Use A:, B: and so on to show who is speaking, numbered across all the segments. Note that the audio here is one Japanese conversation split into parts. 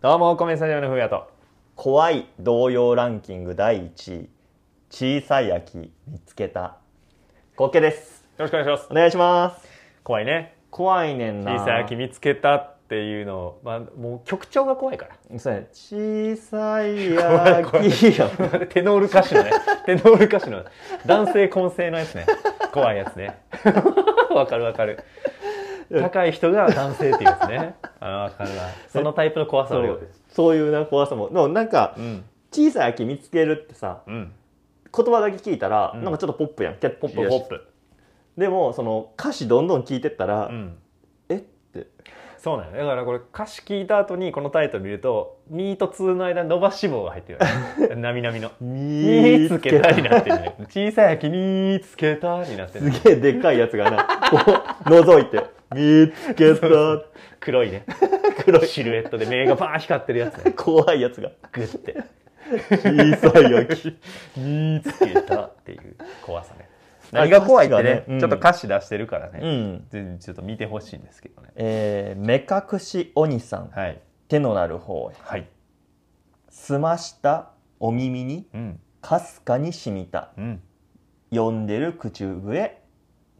A: どうも、コメンサジオのふうやと。
B: 怖い童謡ランキング第1位小さい秋見つけたコケです
A: よろしくお願いします
B: お。願いします
A: 怖いね。
B: 怖いねんな
A: 小さい秋見つけたっていうのを、まあ、もう曲調が怖いから。
B: そうやね小さい
A: 怖い怖い
B: 秋よ
A: テノール歌手のね。テノール歌手の男性混声のやつね。怖いやつ ね。わかるわかる。高い人が男性っていうやつ ね。あーわかるわ。そのタイプの怖さ
B: そ
A: あるよ
B: う。そういうな怖さもでもなんか
A: うん。
B: 小さい秋見つけるってさ
A: うん。
B: 言葉だけ聞いたら、
A: うん
B: なんかちょっとポップやんキャッチ
A: ポ
B: ー
A: ップ
B: や
A: ポ
B: し
A: ップ。
B: でもその歌詞どんどん聞いてったら、
A: うん。
B: えって
A: そうなのよだからこれ歌詞聞いた後にこのタイトル見ると「ミーと2」の間伸ばし棒が入ってる よねなみなみの「見
B: 見
A: つけた」になって
B: る
A: るね小さい秋見つけたになってる、
B: すげえでっかいやつがなこう覗いて「見つけた」
A: 黒いね
B: 黒い
A: シルエットで目がバーン光ってるやつね
B: 怖いやつが
A: グッて
B: 小さい秋
A: 「見つけた」っていう怖さね何が怖いってね
B: 歌詞がね
A: ちょっと歌詞出してるから
B: う
A: ね、
B: ん
A: ぜひちょっと見てほしいんですけどね
B: えー目隠し鬼さん
A: はい
B: 手のなる方へ
A: はい
B: 澄ましたお耳に
A: うん
B: かすかにしみた
A: うん
B: 呼んでる口笛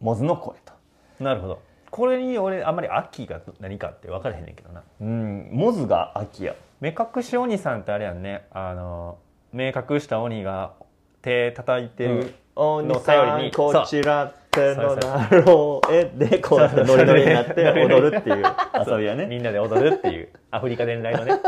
B: モズの声と
A: なるほどこれに俺あんまり秋が何かって分からへんねんけどな
B: うんモズが秋や
A: 目隠し鬼さんってあれやんねあの目隠した鬼が手叩いてる、
B: 鬼
A: 頼
B: さ
A: りに
B: んこちら手のなる方へでこう
A: そうそう
B: ノリノリになっ
A: そ
B: て
A: うそう
B: 踊るっていう遊びやね
A: みんなで踊るって いうアフリカ伝来のね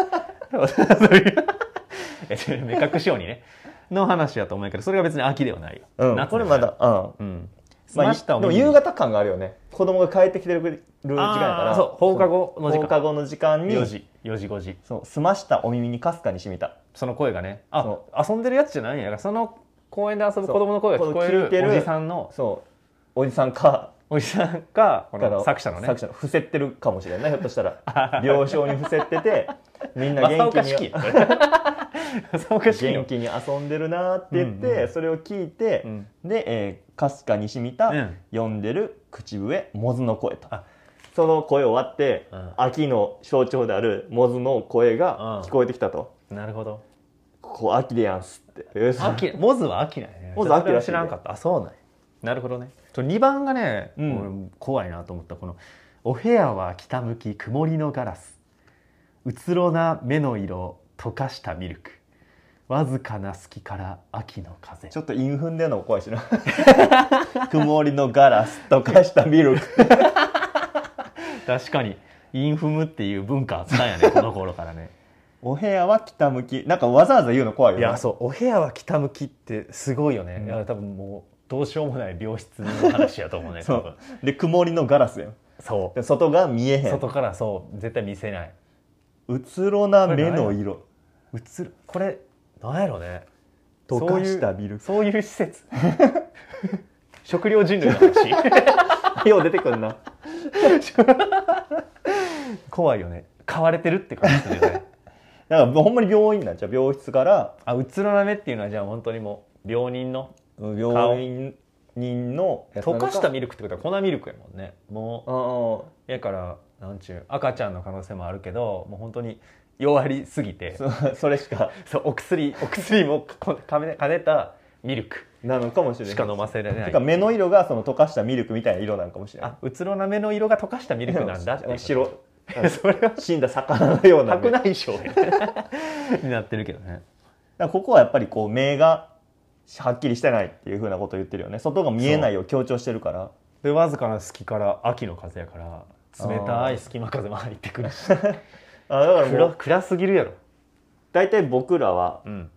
A: えそれ目隠し鬼ねの話やと思うんやけどそれが別に秋ではないよ、
B: うん
A: 夏
B: これまだうん
A: うん済
B: ま
A: ま
B: あ
A: した
B: で
A: おに
B: も
A: ぎり
B: 夕方感があるよね子供が帰ってきてる時間やか
A: あー
B: ら
A: そう放課後の時
B: 放課
A: 間
B: 後の時間に
A: 4時4時5時
B: そう澄ましたお耳にかすかにしみた
A: その声がねあ
B: そ
A: 遊んでるやつじゃないんやだからその公園で遊ぶ子供の声が聞こえ
B: そう聞いて
A: る
B: る
A: おじさんの
B: そうおじさんか
A: おじさんかこ
B: から
A: の作者のね
B: 作者の伏せってるかもしれないひょっとしたら病床に伏せっててみんな元気に
A: 正岡式
B: 元気に遊んでるなって言って、
A: うんうん
B: それを聞いて、
A: うん
B: で、えーかすかにしみた、
A: うん
B: 呼んでる口笛モズの声と
A: あ
B: その声終わって、
A: うん
B: 秋の象徴であるモズの声
A: うん
B: が聞こえてきたと、
A: なるほど
B: ここ秋でやんすってえー
A: 秋モズは秋なんやね
B: モズ秋らし
A: そ
B: いね
A: れは知らんかったあそうなんやなるほどねと2番がね、
B: うん
A: 俺怖いなと思ったこの「お部屋は北向き曇りのガラスうつろな目の色溶かしたミルクわずかな隙から秋の風」
B: ちょっとインフンでのも怖いしな 曇りのガラス溶かしたミルク
A: 確かにインフムっていう文化あったん やねこの頃からね
B: お部屋は北向きなんかわざわざ言うの怖いよ
A: い
B: な
A: やそうお部屋は北向きってすごいよね、
B: うん
A: いや多分もうどうしようもない病室の話やと思うね
B: そ
A: 多分
B: うで曇りのガラスやん
A: そう
B: で外が見えへん
A: 外からそう絶対見せないう
B: つろな目の色
A: うつるこれなんやろね
B: 溶かしたビル
A: そういう施 設食料人類の話
B: よう 出てくんな
A: 怖いよね買われてるって感じするよ ね
B: だからもうほんまに病院なんちゃう病室から
A: あうつろな目っていうのはじゃあ本当にもう病人の
B: うん病院人のやつな
A: 溶
B: のか
A: かしたミルクってことは粉ミルクやもんねも
B: ああ
A: うやからなんちゅう赤ちゃんの可能性もあるけどもう本当に弱りすぎて
B: そそれしか
A: そうお薬お薬もこかね兼ねたミルク
B: なのかもしれない
A: しか飲ませられない
B: てか目の色がその溶かしたミルクみたいな色なんかもしれない
A: あうつろな目の色が溶かしたミルクなんだっていうこと
B: 白
A: それは
B: 死んだ魚のような
A: 白
B: 目だか
A: 内障 になってるけどね
B: らここはやっぱりこう目がはっきりしてないっていうふうなことを言ってるよね外が見えないを強調してるから
A: でわずかな隙から秋の風やから冷たい隙間風も入ってくるし
B: あだからも
A: 暗
B: う
A: 暗すぎるやろ、
B: 大体僕らは
A: うん、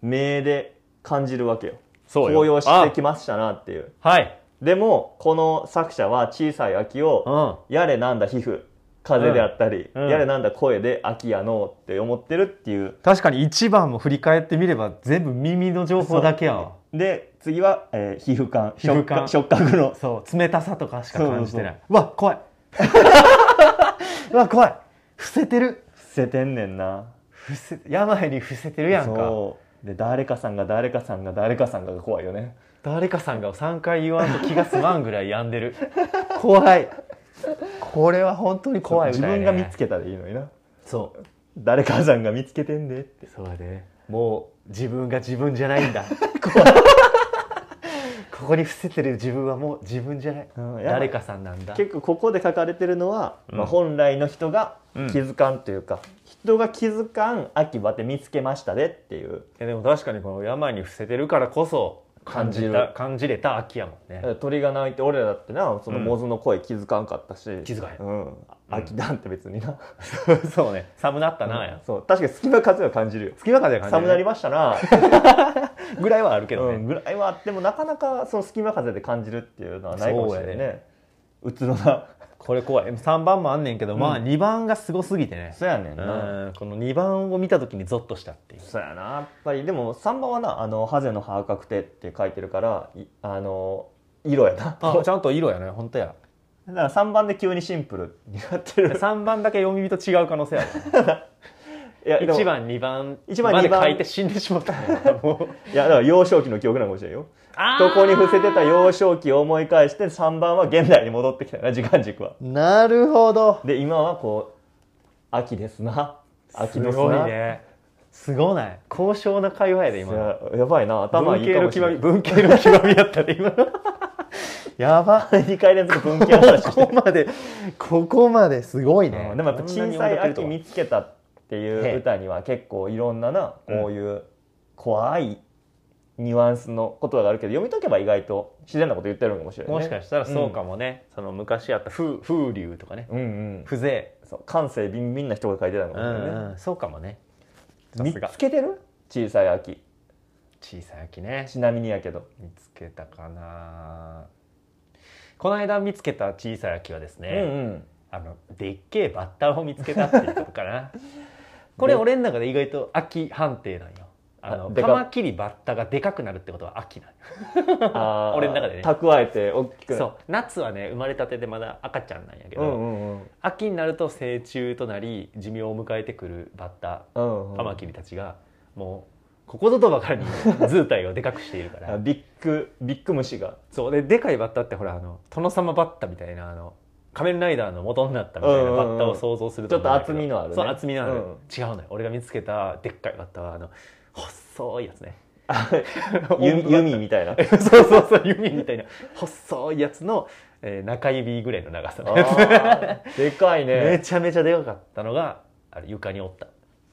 B: 目で感じるわけよ
A: そ
B: 紅葉してきましたなっていう
A: はい、
B: でもこの作者は小さい秋
A: う
B: を
A: ん、
B: やれなんだ皮膚風であったり、
A: うんうん
B: やれなんだ声で秋やのうって思ってるっていう
A: 確かに一番も振り返ってみれば全部耳の情報だけやわ
B: で次は、えー皮膚感
A: 皮膚感
B: 触覚触覚の
A: そう冷たさとかしか
B: そうそう
A: 感じてないわ 怖いうわ怖い伏せてる
B: 伏 せてんねんな
A: 伏せ病に伏せてるやんか
B: そうで誰かさんが誰かさんが誰かさんがが怖いよね
A: 誰かさんが3回言わんと気が済まんぐらい病んで る怖いこれは本当に怖い
B: 自
A: 歌やね
B: 分が見つけたでいいのにな
A: そう
B: 誰かさんが見つけてんでって
A: そうだねもう自分が自分じゃないん だここに伏せてる自分はもう自分じゃない、
B: うんやっぱ
A: 誰かさんなんだ
B: 結構ここで書かれてるのは、
A: うん
B: まあ、本来の人が
A: うん
B: 気づかんというか、人が気づかん秋葉で見つけましたでっていう
A: いやでも確かにこの病に伏せてるからこそ感じ
B: 感じ
A: た感じれた秋やもんね、
B: 鳥が鳴いて俺らだってなその
A: うん
B: モズの声気づかんかったし、
A: 気づかへん
B: うん、秋なんて別にな、
A: そうね寒なったなや、
B: そう確かに隙間風は感じるよ
A: 隙間風が感
B: 寒
A: じ
B: な
A: る、
B: りましたな、
A: ぐらいはあるけど
B: う
A: ね、
B: ん、ぐらいはあってもなかなかその隙間風で感じるっていうのはないかもしれない
A: そうや
B: ねうつろな
A: これ怖い3番もあんねんけど、まあ
B: う
A: 2番がすごすぎてね
B: そうやねん
A: う
B: な、
A: んこの2番を見た時にゾッとしたっていう
B: そうやなやっぱりでも3番はな「あのハゼの葉確定」って書いてるからいあの色やな
A: あちゃんと色やね本当や
B: だから3番で急にシンプルになっ てる
A: 3番だけ読み人違う可能性ある
B: いやでも
A: 1番2番
B: 一番
A: まで
B: 二番
A: 書いて死んでしま ったねもう
B: いやだから幼少期の記憶なのかもしれんよそこに伏せてた幼少期を思い返して3番は現代に戻ってきたよな時間軸は
A: なるほど
B: で今はこう秋ですな秋
A: す
B: ですな
A: ごいねすごない高尚な会話やで今
B: い
A: の
B: ややばいな頭い
A: 文
B: い
A: 系
B: か
A: の
B: もし
A: 極
B: れ
A: み
B: ない
A: 文系の極みやったね今の や ば
B: 2回連続文系の話して
A: ここまでここまですごい
B: うんでもやっぱ小さい秋見つけたっていう歌には結構いろんなな
A: ええ
B: こういう怖いニュアンスの言葉があるけど読み解けば意外と自然なこと言ってるのかもしれない、ね、
A: もしかしたらそうかもね、その昔あった風風流とかね
B: うんうん
A: 風情、
B: そう感性ビンビンな人が書いてたのかもしれないね、
A: そうかもねさ
B: 見
A: すが
B: つけてる小さい秋
A: 小さい秋ね
B: ちなみにやけど
A: 見つけたかなこの間見つけた小さい秋はですね、
B: うん うん
A: あのでっけえバッタを見つけたっていうことか なこれ俺の中で意外と秋判定なんよあの
B: あでか
A: カマキリバッタがでかくなるってことは秋なんよ
B: あー
A: 俺の中でね
B: 蓄えて大きくなる
A: そう夏はね生まれたてでまだ赤ちゃんなんやけど、
B: うんうんうん
A: 秋になると成虫となり寿命を迎えてくるバッタ
B: うんうん
A: カマキリたちがもうここぞとばかりに図体をでかくしているか ら
B: あビッグビッグ 虫が
A: そうででかいバッタってほらあの殿様バッタみたいなあの仮面ライダーの元になったみたいなバッタを想像すると思うんだけど
B: うんうんうんちょっと厚みのあるね
A: そう厚みのある、
B: うん
A: 違うのよ俺が見つけたでっかいバッタはあの細いやつ ね
B: 弓弓みた いな
A: そうそうそう弓みたいな細いやつの、えー中指ぐらいの長さのやつ
B: あーでかいね
A: めちゃめちゃでかかったのがあれ床におった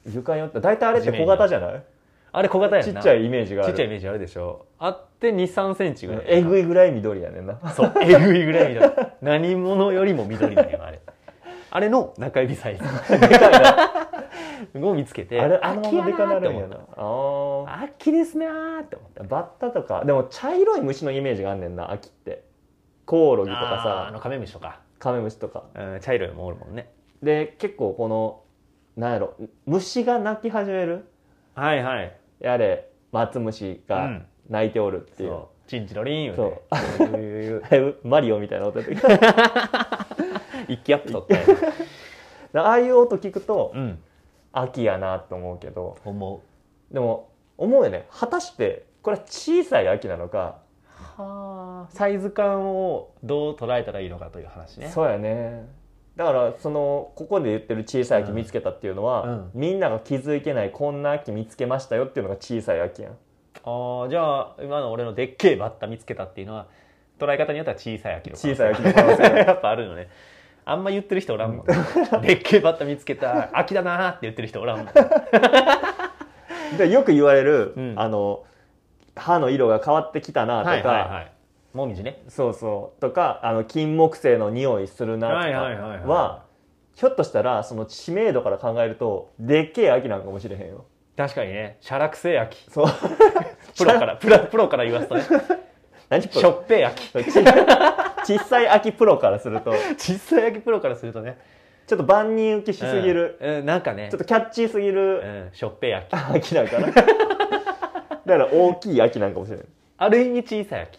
B: 床によって大体あれって小型じゃない
A: あれ小型やん
B: ち
A: な
B: っちゃいイメージがあ
A: ち
B: る
A: っちゃいイメージあるでしょあって2 3センチぐらい
B: えぐいぐらい緑やねんな
A: そうえぐいぐらい緑何者よりも緑だよあれあれの中指サイズを見つけて
B: あれあのままでかなるん
A: 秋
B: や
A: やな
B: な
A: って思っ
B: あ
A: た秋ですなーって思った
B: ーバッタとかでも茶色い虫のイメージがあんねんな秋ってコオロギと
A: あーあ
B: か
A: の
B: さ
A: カメムシとか、
B: カメムシとか
A: うん、茶色いのもおるもんね
B: で結構このなんやろ虫が鳴き始める
A: はいはい
B: やれマツムシ
A: う
B: が
A: ん
B: 鳴いておるっていう,、
A: そうチンチロリン言
B: そう
A: てゆうゆうゆう
B: だいぶ マリオみたいな音やってきた
A: 一気アップ取って、
B: ああいう音聞くと
A: うん、
B: 秋やなと思うけど
A: 思う
B: でも思うよね果たしてこれは小さい秋なのか
A: はあサイズ感をどう捉えたらいいのかという話ね
B: そうやねだからそのここで言ってる小さい秋
A: うん
B: 見つけたっていうのは、
A: うん
B: みんなが気づいてないこんな秋見つけましたよっていうのが小さい秋やん
A: ああじゃあ今の俺のでっけえバッタ見つけたっていうのは捉え方によっては小さい秋の可能性
B: 小さい秋の可能性
A: やっぱあるのねあんま言ってる人おらん もん、ね、でっけえバッタ見つけた秋だなーって言ってる人おらん もん、ね、
B: でよく言われる、
A: うん
B: あの歯の色が変わってきたなとか、
A: いもみじね
B: そうそうとかあの金木犀の匂いするなとかは,、
A: はいはいはいはい
B: ひょっとしたらその知名度から考えるとでっけえ秋なんかもしれへんよ
A: 確かにねシャラクセ秋
B: そう
A: プロからプロプロから言わす とね
B: 何プ
A: しょ
B: ロ
A: っぺい秋
B: ち 小さい秋プロからすると
A: 小さい秋プロからするとね
B: ちょっと万人受けしすぎる、、
A: うんうんなんかね
B: ちょっとキャッチーすぎる
A: うん、しょっぺい秋
B: 秋なん かなだから大きい秋なんかもしれない
A: ある意味小さい秋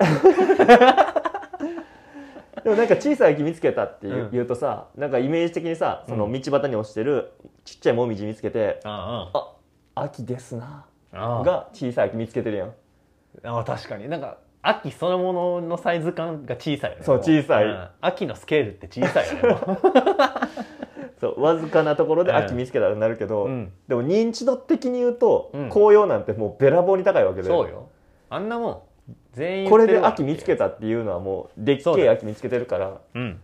B: でもなんか小さい秋見つけたっていう,、
A: うん
B: 言うとさなんかイメージ的にさその道端に落ちてるちっちゃいもみじ見つけて、
A: あ
B: あ秋ですな
A: あが
B: が小さい秋見つけてるやん
A: ああ確かになんか秋そのもののサイズ感が小さいよね
B: そう
A: も
B: 小さい
A: ん秋のスケールって小さいよねもう
B: そうわずかなところで
A: うん
B: 秋見つけたらなるけど、
A: うん
B: でも認知度的に言うと、
A: うん
B: 紅葉なんてもうべらぼうに高いわけで
A: そうよあんなもん全員
B: こ
A: 言っ
B: れ
A: てる
B: で
A: わ
B: 秋見つけたっていうのはもうでっけ
A: そうだ
B: え
A: よ
B: 秋見つけてるから
A: うん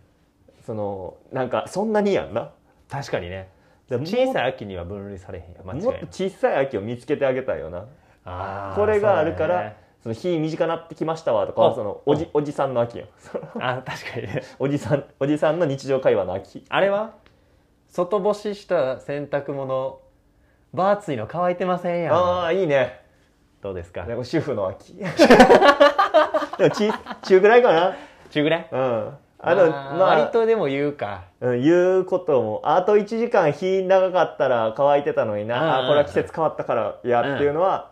B: そのなんかそんなにやんな
A: 確かにね
B: でも
A: 小さい秋には分類されへんよ間違い
B: もっ
A: ない
B: と小さい秋を見つけてあげたいよな
A: あー
B: これがある
A: そ
B: か
A: うだよ
B: ら
A: ね
B: そ,、の日短なってきましたわとかは
A: あ
B: そのおじおじさんの秋やん
A: あ確かにね
B: おじさんおじさんの日常会話の秋
A: あれは外干しした洗濯物バーツイの乾いてませんや
B: あ
A: ん
B: あいいね
A: どうですか
B: なんか主婦 の秋でもち中ぐらいかな
A: 中ぐらい
B: うんあ
A: あ
B: の
A: の、
B: まあ
A: 割とでも言うか
B: うん、いうこともあと1時間日長かったら乾いてたのにな
A: うんうんう
B: あ
A: ん
B: これは季節変わったからやっていうのは、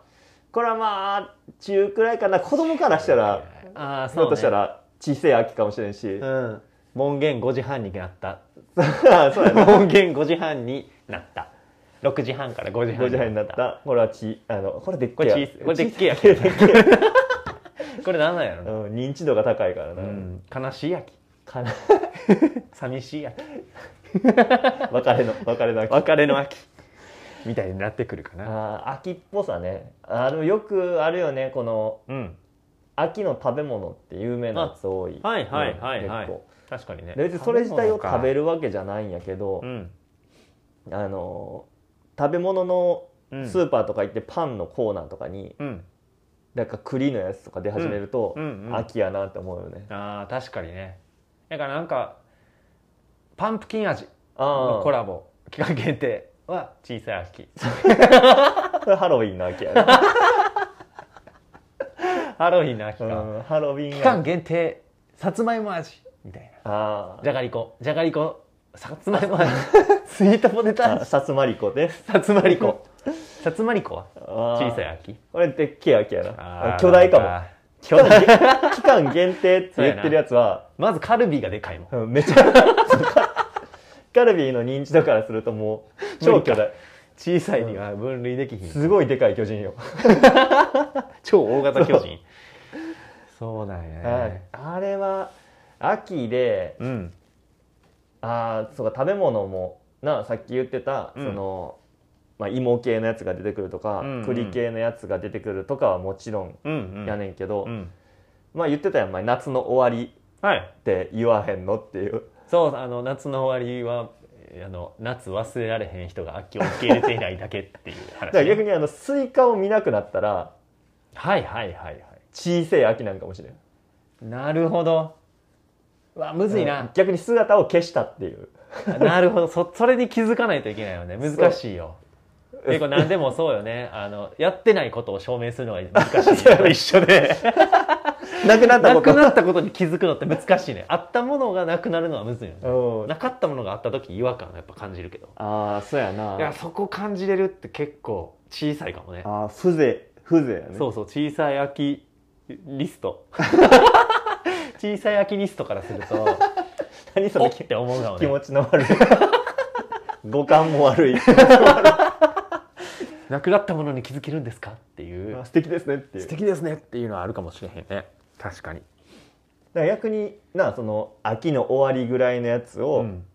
B: これはまあ中くらいかな子供からしたら
A: ああ
B: ひょっとした
A: ら
B: ら小さい秋かもしれんし、
A: うん門限5時半になった
B: そうやな
A: 門限5時半になった6時半から5時半
B: 5時半になったこれはちあのこれでっ
A: こ
B: けえ
A: れ
B: や
A: 小さいこれでっけえや
B: でっけ え
A: これ何なんやろな、
B: うん認知度が高いからな、
A: うん悲しい秋
B: かな
A: 寂しい秋
B: 別れの別れの秋
A: 別れの秋みたいになってくるかな
B: あー秋っぽさねあのよくあるよねこの
A: うん
B: 秋の食べ物って有名なやつ多い
A: はいはいはいはい
B: 結構
A: 確かにね
B: で別にそれ自体を食べ
A: る
B: るわけじゃないんやけど
A: う、ん
B: あの食べ物の
A: うん
B: スーパーとか行ってパンのコーナーとかに、
A: うん
B: なんか栗のやつとか出始めると、
A: うんうん
B: 秋やなって思うよね。
A: あー確かにねだからなんかパンプキン味
B: あ
A: の
B: あ、
A: コラボ期間限定は小さい 秋
B: これ ハロウィンの秋やな。
A: ハロウィンの秋
B: う
A: か
B: ん、ハロウィン
A: 期
B: や
A: 間限定さつまいも味みたいな
B: あ
A: じゃがりこじゃがりこさつまいも味 スイートポテト
B: あ、
A: 味
B: さつまりこです。
A: さつまりこさつまりこは
B: 小
A: 小さい。秋
B: これでっけえ秋やな。
A: あ
B: あ
A: ー
B: 巨大か
A: なん
B: も。期間期間限定って言ってるやつは、
A: まずカルビがでかいもん
B: うんめちゃ カルビーの認知度からするともう超巨大。
A: 小さいには分類できひん、
B: すごいでかい巨人よ。
A: 超大型巨人そうなんやね、
B: はいあれは秋で
A: うん
B: ああそうか食べ物もなさっき言ってた、
A: うん
B: その、まあ、芋系のやつが出てくるとか、
A: うんうん
B: 栗系のやつが出てくるとかはもちろん
A: うんうん
B: やねんけど、
A: うん
B: まあ言ってたやんお前夏の終わり
A: はい
B: って言わへんのっていう
A: そうあの夏の終わりはえーあの夏忘れられへん人が秋を受け入れていない だけっていう
B: だ
A: 話
B: から逆にあのスイカを見なくなったら
A: はいはいはいはい
B: 小さい秋なんかもしれん
A: なるほどうわむずい
B: うん
A: な、
B: 逆に姿を消したっていう
A: なるほどそそれに気づかないといけないよね難しいよ結構何でもそうよねあのやってないことを証明するのが難 しいのと一緒で
B: なくなっ た
A: な
B: こ
A: く
B: と
A: なったことに気づくのって難しいねあったものがなくなるのはむずいよね
B: うん
A: なかったものがあった時違和感をやっぱ感じるけど
B: ああそうや
A: いや
B: な
A: そこ感じれるって結構小さいかもね
B: あー風情風情やね
A: そうそう小さい秋リスト 小さい秋リストからする と
B: 何そ
A: お
B: の
A: っ
B: 気
A: て思うかも
B: 気
A: ね
B: 持ちの悪い 五感も悪い
A: なくなったものに気づけるんですかっていう
B: あ素敵ですねっていう
A: 素敵ですねっていうのはあるかもしれへんね確かに、
B: だから逆になその秋の終わりぐらいのやつを、
A: うん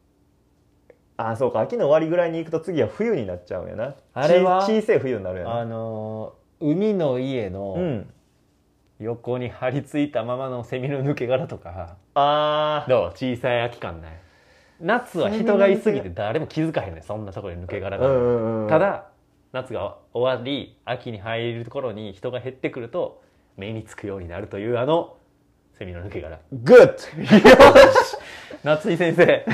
B: あそうか秋の終わりぐらいに行くと次は冬になっちゃうんやな
A: あれは
B: ち小さい冬になるや
A: あ
B: な
A: のー海の家の
B: うん
A: 横に張り付いたままのセミの抜け殻とか、
B: あー
A: どう小さい秋感ない夏は人がいすぎて誰も気づかへんねんそんなところに抜け殻
B: う
A: がある、
B: んうんうん
A: ただ夏が終わり秋に入る頃に人が減ってくると目につくようになるというあのセミの抜け殻
B: グッ
A: 夏井先 生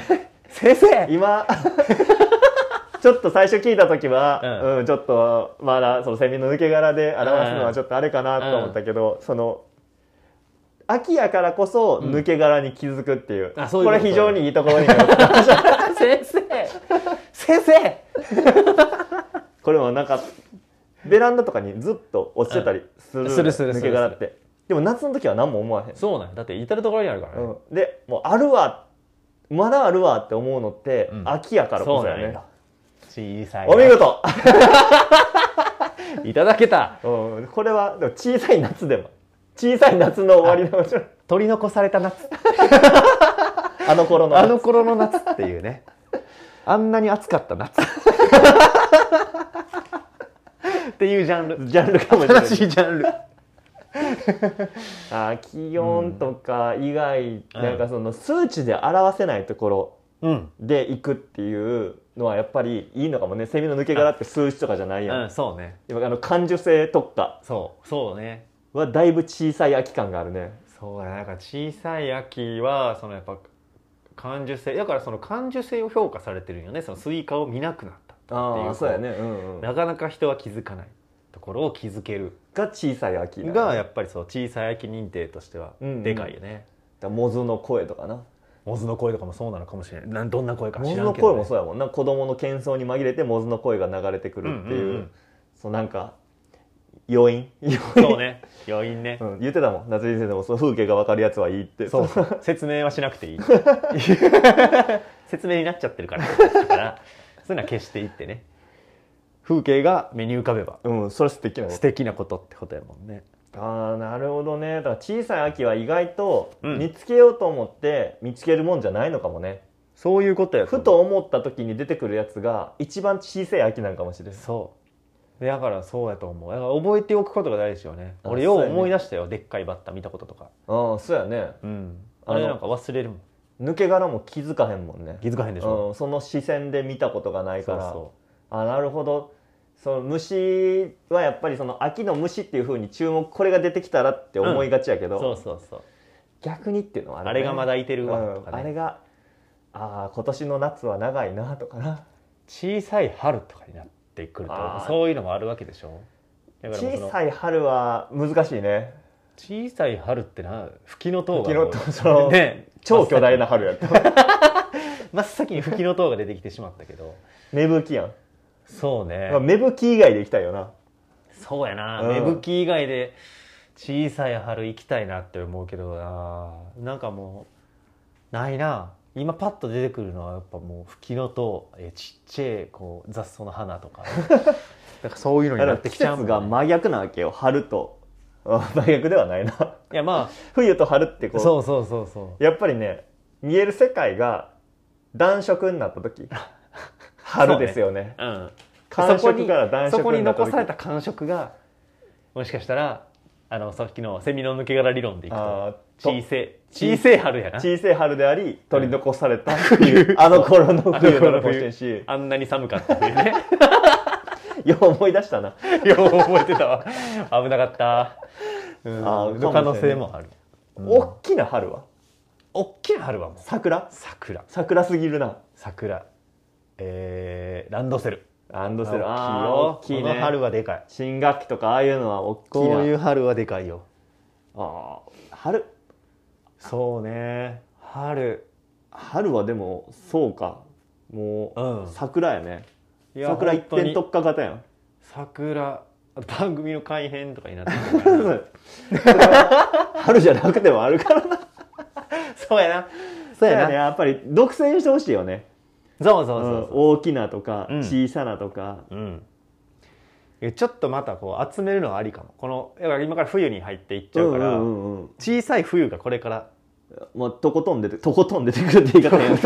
A: 先生
B: 今 ちょっと最初聞いた時は、う
A: うん
B: ちょっとまだそのセミの抜け殻で表すの
A: う
B: は
A: ん
B: ちょっとあれかなと思ったけど、その秋やからこそ抜け殻に気づくっていう,、
A: あそういう
B: こ
A: こと
B: れ非常にいいところになりました
A: 先生先生
B: これもなんかベランダとかにずっと落ちてたりする,、
A: うんするする
B: 抜け殻ってでも夏の時は何も思わへん、
A: そうなんやだって至る所にあるからね、
B: うん、でもうあるわまだあるわって思うのって、
A: うん
B: 秋やから
A: そ
B: こ
A: う
B: そや
A: なん
B: ね
A: や小さい
B: お見事、
A: いただけた
B: うん、これはでも小さい夏でも小さい夏の終わりのもちろん
A: 取り残された夏
B: あの頃の
A: あの頃の夏っていうねあんなに暑かった夏っていうジャンル
B: ジャンルかもしれない
A: 新しいジャンル
B: あー気温とか以外、
A: うん
B: なんかその数値で表せないところ
A: うん、
B: で行くっていうのはやっぱりいいのかもねセミの抜け殻って数値とかじゃないやん、
A: うん、そうね
B: 今あの感受性特化
A: そうそうね
B: はだいぶ小さい空き感があるね
A: そうだねなんか小さい秋はそのやっぱ感受性だからその感受性を評価されてるんよねそのスイカを見なくなったっていう
B: あ
A: こ
B: あ
A: う
B: そうやね、うんうん、
A: なかなか人は気づかないところを気づける
B: が小さい空きだね
A: がやっぱりそう小さい秋認定としては
B: うんうん
A: でかいよね、
B: だモズの声とかな
A: モズの声とかもそうなのかもしれないなんどんな声か
B: モ
A: 知
B: ズ
A: らん
B: の
A: けど、ね、
B: 声 もそうやもんな子供の喧騒に紛れてモズの声が流れてくるっていう,、
A: うんうんうん
B: そうなんか要因要因
A: そうね余韻ね、
B: うん、言ってたもん夏井先生でもその風景が分かるやつはいいって
A: そうそう説明はしなくていい説明になっちゃってるからだからそういうのは消していってね風景が目に浮かべば
B: うん、それ素敵なこ
A: 素
B: と
A: 敵なことってことやもんね
B: ああなるほどねだから小さい秋は意外と
A: うん
B: 見つけようと思って見つけるもんじゃないのかもね、
A: そういうことや
B: ふと思った時に出てくるやつが一番小さい秋なんかもしれない
A: そうでだからそうやと思うだから覚えておくことが大事よね
B: あ
A: 俺よ
B: そう
A: う
B: やね
A: 思い出したよ、でっかいバッタ見たこととか
B: ああそうやね
A: うん
B: あの
A: あれなんか忘れるもん
B: 抜け殻も気づかへんもんね
A: 気づかへんでしょ
B: うん、その視線で見たことがない
A: そ
B: か
A: う
B: ら
A: そ
B: あなるほどその虫はやっぱりその秋の虫っていうふうに注目これが出てきたらって思いがちやけ
A: う
B: ど、
A: そうそうそう
B: 逆にっていうのは
A: あれがま
B: だ
A: だいてるわとか
B: あ
A: ね、
B: れがああ今年の夏は長いなとかな
A: 小さい春とかになってくる
B: あ
A: と
B: ー
A: そういうのもあるわけでしょだからもうその
B: 小さい春は難しいね
A: 小さい春ってな吹きの塔が
B: 吹きの塔その
A: ね
B: 超巨大な春やった
A: 真っ先に吹きの塔が出てきてしまったけど
B: 芽吹きやん、
A: そう ね、
B: まあ、芽吹き以外で行きたいよな
A: そうやな、
B: うん
A: 芽吹き以外で小さい春行きたいなって思うけどななんかもうないな今パッと出てくるのはやっぱもう吹きのとえちっちゃいこう雑草の花とか なんかそういうの
B: だ
A: に
B: か
A: な
B: ら
A: って
B: 季
A: きちゃう
B: 節
A: もん
B: が
A: ね
B: 真逆なわけよ春と あ真逆ではないな
A: いやま
B: 冬と春って
A: あ
B: こ
A: そうそうそうそう
B: うやっぱりね見える世界が暖色になっ た時春ですよね
A: うん
B: 寒色から暖
A: そこ
B: 色
A: に
B: になった
A: 残
B: 時
A: された感触がもしかしたらあのさっきのセミの抜け殻理論でいくと
B: あーと
A: 小せい小せい春やな
B: 小さい春であり取り残された冬 あの頃の冬なのかもしれ んし
A: あんなに寒かったっていうね
B: よう思い出したな
A: よう覚えてたわ危なかった、うん、
B: あー
A: の可能性もある
B: 大きな春は
A: おっきな春はもう
B: 桜
A: 桜
B: 桜すぎるな
A: 桜えー、ランドセル
B: ランドセル
A: あ
B: あー大きい
A: この
B: ね
A: 春はでかい
B: 新学期とかああいうのは大きな
A: こういう春はでかいよ
B: あー春
A: そうね春
B: 春はでもそうかもう、
A: うん
B: 桜やね
A: いや
B: 桜一
A: 本当に
B: 点特化型やん
A: 桜番組の改編とかになってるから
B: 春じゃなくてもあるからな
A: そうやな
B: そうやねやっぱり独占してほしいよね
A: そうそう
B: う
A: そ
B: ん
A: うそ
B: 大きなとか
A: うん
B: 小さなとか、
A: ううんえちょっとまたこう集めるのはありかもこのだから今から冬に入っていっちゃうから、
B: んうんうんうん
A: 小さい冬がこれ から
B: まあ、とことん出てとことん出てくるって言い方 やな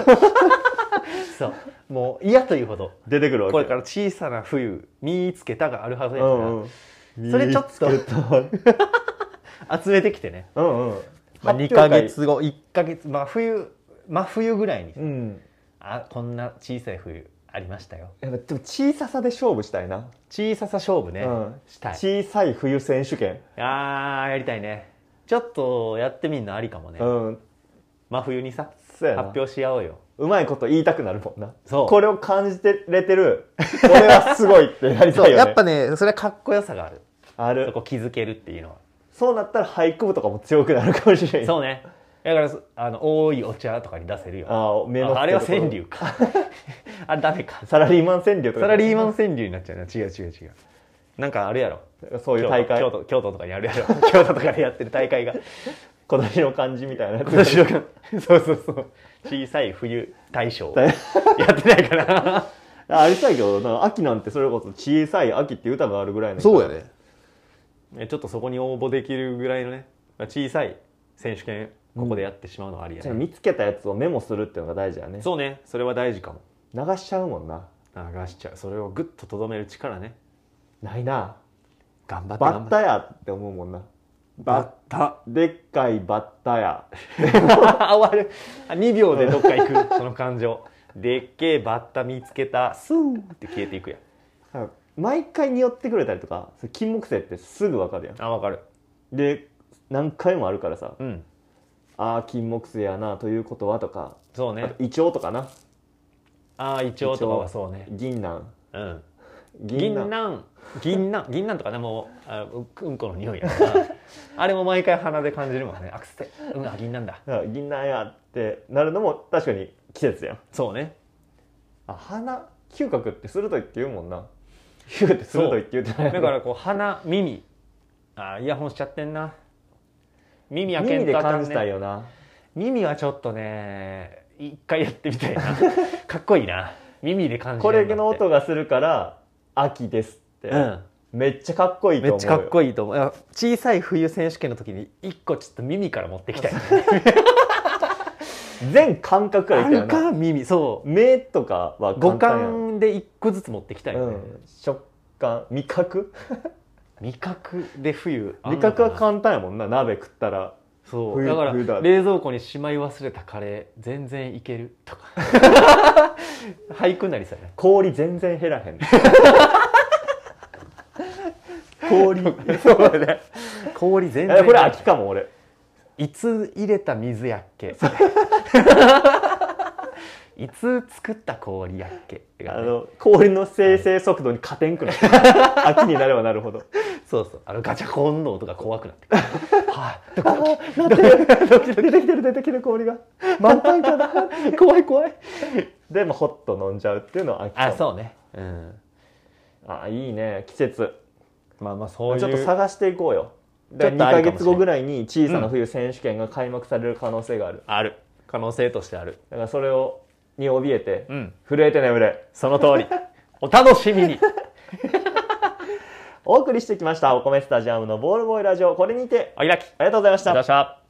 A: そうもう嫌というほど
B: 出てくるわけ
A: これから小さな冬見つけたがあるはずや
B: う
A: から、
B: んうん
A: それちょっと
B: 見つけた
A: 集めてきてね、
B: うんうん
A: まあ、
B: 発
A: 2
B: 表
A: ヶ
B: 会
A: 月後1ヶ月まあ冬真冬ぐらいに、
B: うん
A: あこんな小さい冬ありましたよ
B: やっぱでも小ささで勝負したいな、
A: 小ささ勝負ね、
B: うん
A: したい
B: 小さい冬選手権、
A: あーやりたいねちょっとやってみんのありかもね、
B: うん
A: 真冬にさ
B: そうや
A: 発
B: な
A: 表し合おうよ
B: うまいこと言いたくなるもんな
A: そう
B: これを感じてれてる俺はすごいってやりたいよね
A: ねそれはかっこよさがある
B: あ
A: そ
B: る
A: こ気づけるっていうのは
B: そうなったら俳句部とかも強くなるかもしれない
A: そうねだからそあの多いお茶とかに出せるよあ
B: ああ目の付け
A: あれは
B: どころ
A: 川柳 かあダメか
B: サラリーマン川柳とか
A: サラリーマン川柳になっちゃうな違う違う違うなんかあるやろ
B: そういう大会
A: 京都京都京都とかにあるやろ 京都とかでやってる大会 が
B: 今年の感じみたいなやつ
A: 私のそうそうそう小さい冬大賞や
B: 大
A: ってないから
B: あありたいけどな秋なんてそれこそ小さい秋っていう歌があるぐらいの
A: ねちょっとそこに応募できるぐらいのねまあ小さい選手権ここでやってしまうのはありや
B: じ
A: ね、
B: ゃあ見つけたやつをメモするっていうのが大事だね
A: そうねそれは大事かも
B: 流しちゃうもんな
A: 流しちゃうそれをグッととどめる力ね
B: ないな
A: 頑張って
B: バ
A: 頑張
B: ッ
A: って
B: タやって思うもんなバッ
A: バ
B: でっかいバッタや
A: ッタ 終わるあ2秒でどっか行くその感情でっけえバッタ見つけたスーって消えていくやん
B: 毎回匂ってくれたりとかそれ金木犀ってすぐわかるや
A: あわかる
B: んで何回もあるからさ
A: うん
B: 「ああ金木犀やな」ということはとか
A: そう
B: あ
A: ね
B: とイチョウとかな
A: ああイチョウとかはそうね
B: 銀杏
A: うん
B: 銀
A: 銀
B: 杏
A: 杏銀杏銀杏とかねもうあううんこの匂いやからあれも毎回鼻で感じるもんねあくせうんあ銀杏だ
B: だから銀杏やってなるのも確かに季節やん
A: そうね
B: あ鼻嗅覚って鋭いって言うもんな嗅覚って鋭いって言うてない
A: だからこう鼻耳あイヤホンしちゃってんな耳開け
B: 耳
A: んと
B: で
A: あか
B: 感
A: ん
B: じたい
A: ね
B: よな
A: 耳はちょっとね一回やってみたいな かっこいいな耳で感じ
B: こ
A: れ
B: れ
A: るだって
B: の音がするから秋ですって、
A: うん
B: めっちゃかっこいい
A: め
B: と
A: っ
B: 思う
A: ち
B: よ
A: ゃかっこいいと思ういや小さい冬選手権の時に一個ちょっと耳から持ってき たい
B: 全感覚からい
A: あ
B: くよ
A: る
B: な
A: か耳そう
B: 目とかは
A: 五
B: 簡単やん
A: 感で一個ずつ持ってきたいよ
B: う
A: ね、
B: ん、食感味覚
A: 味覚で冬あん
B: 味
A: のかな
B: 覚は簡単やもんな鍋食ったら
A: そう
B: 冬
A: だから
B: 冬だ
A: 冷蔵庫にしまい忘れたカレー全然いけるとか 俳句になりそうやね
B: 氷全然減ら へん氷そうね
A: 氷全然
B: えこれ秋かも俺
A: いつ入れた水やっけ いつ作った氷やっけ
B: あの氷の生成速度に勝てんく なる秋になればなるほど
A: そうそうあのガチャコンの音が怖くなって くるはい
B: あなってる出てきてる出てきてる氷が満タンかな怖い怖いでもホッと飲んじゃうっていうのは秋か
A: あ
B: も
A: そうねうん
B: あいいね季節
A: まあまあそういう
B: ちょっと探していこうよで
A: ちょ
B: 2
A: っとあ
B: か
A: るかもしれん
B: 月後ぐらいに小さな冬選手権が開幕される可能性がある、
A: ある可能性としてある
B: だからそれをに怯えて、
A: うん
B: 震えて眠れ
A: その通りお楽しみに
B: お送りしてきましたお米スタジアムのボールボーイラジオこれにて
A: お開きあり
B: ありがとうございまし
A: がとうござい
B: た
A: ました